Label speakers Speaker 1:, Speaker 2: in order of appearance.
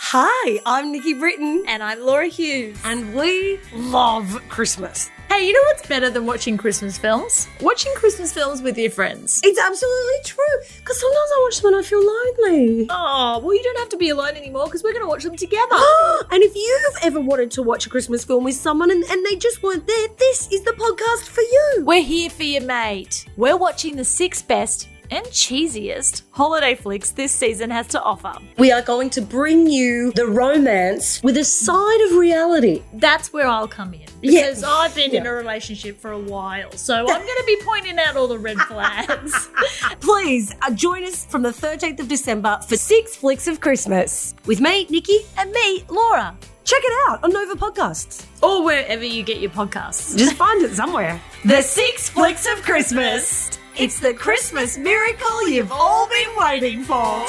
Speaker 1: Hi, I'm Nikki Britton,
Speaker 2: And I'm Laura Hughes.
Speaker 1: and we love Christmas.
Speaker 2: Hey, you know what's better than watching Christmas films? Watching Christmas films with your friends.
Speaker 1: It's absolutely true, because sometimes I watch them and I feel lonely.
Speaker 2: Oh, well, you don't have to be alone anymore because we're going to watch them together.
Speaker 1: and if you've ever wanted to watch a Christmas film with someone and, and they just weren't there, this is the podcast for you.
Speaker 2: we're here for you, mate. We're watching the six best and cheesiest holiday flicks this season has to offer.
Speaker 1: We are going to bring you the romance with a side of reality.
Speaker 2: That's where I'll come in.
Speaker 1: Yeah.
Speaker 2: Because I've been in
Speaker 1: Yeah.
Speaker 2: a relationship for a while, so I'm going to be pointing out all the red flags.
Speaker 1: Please uh, join us from the 13th of December for Six Flicks of Christmas with me, Nikki.
Speaker 2: and me, Laura.
Speaker 1: Check it out on Nova Podcasts.
Speaker 2: Or wherever you get your podcasts.
Speaker 1: Just find it somewhere.
Speaker 2: The Six
Speaker 1: Flicks of Christmas. It's the Christmas miracle you've all been waiting for.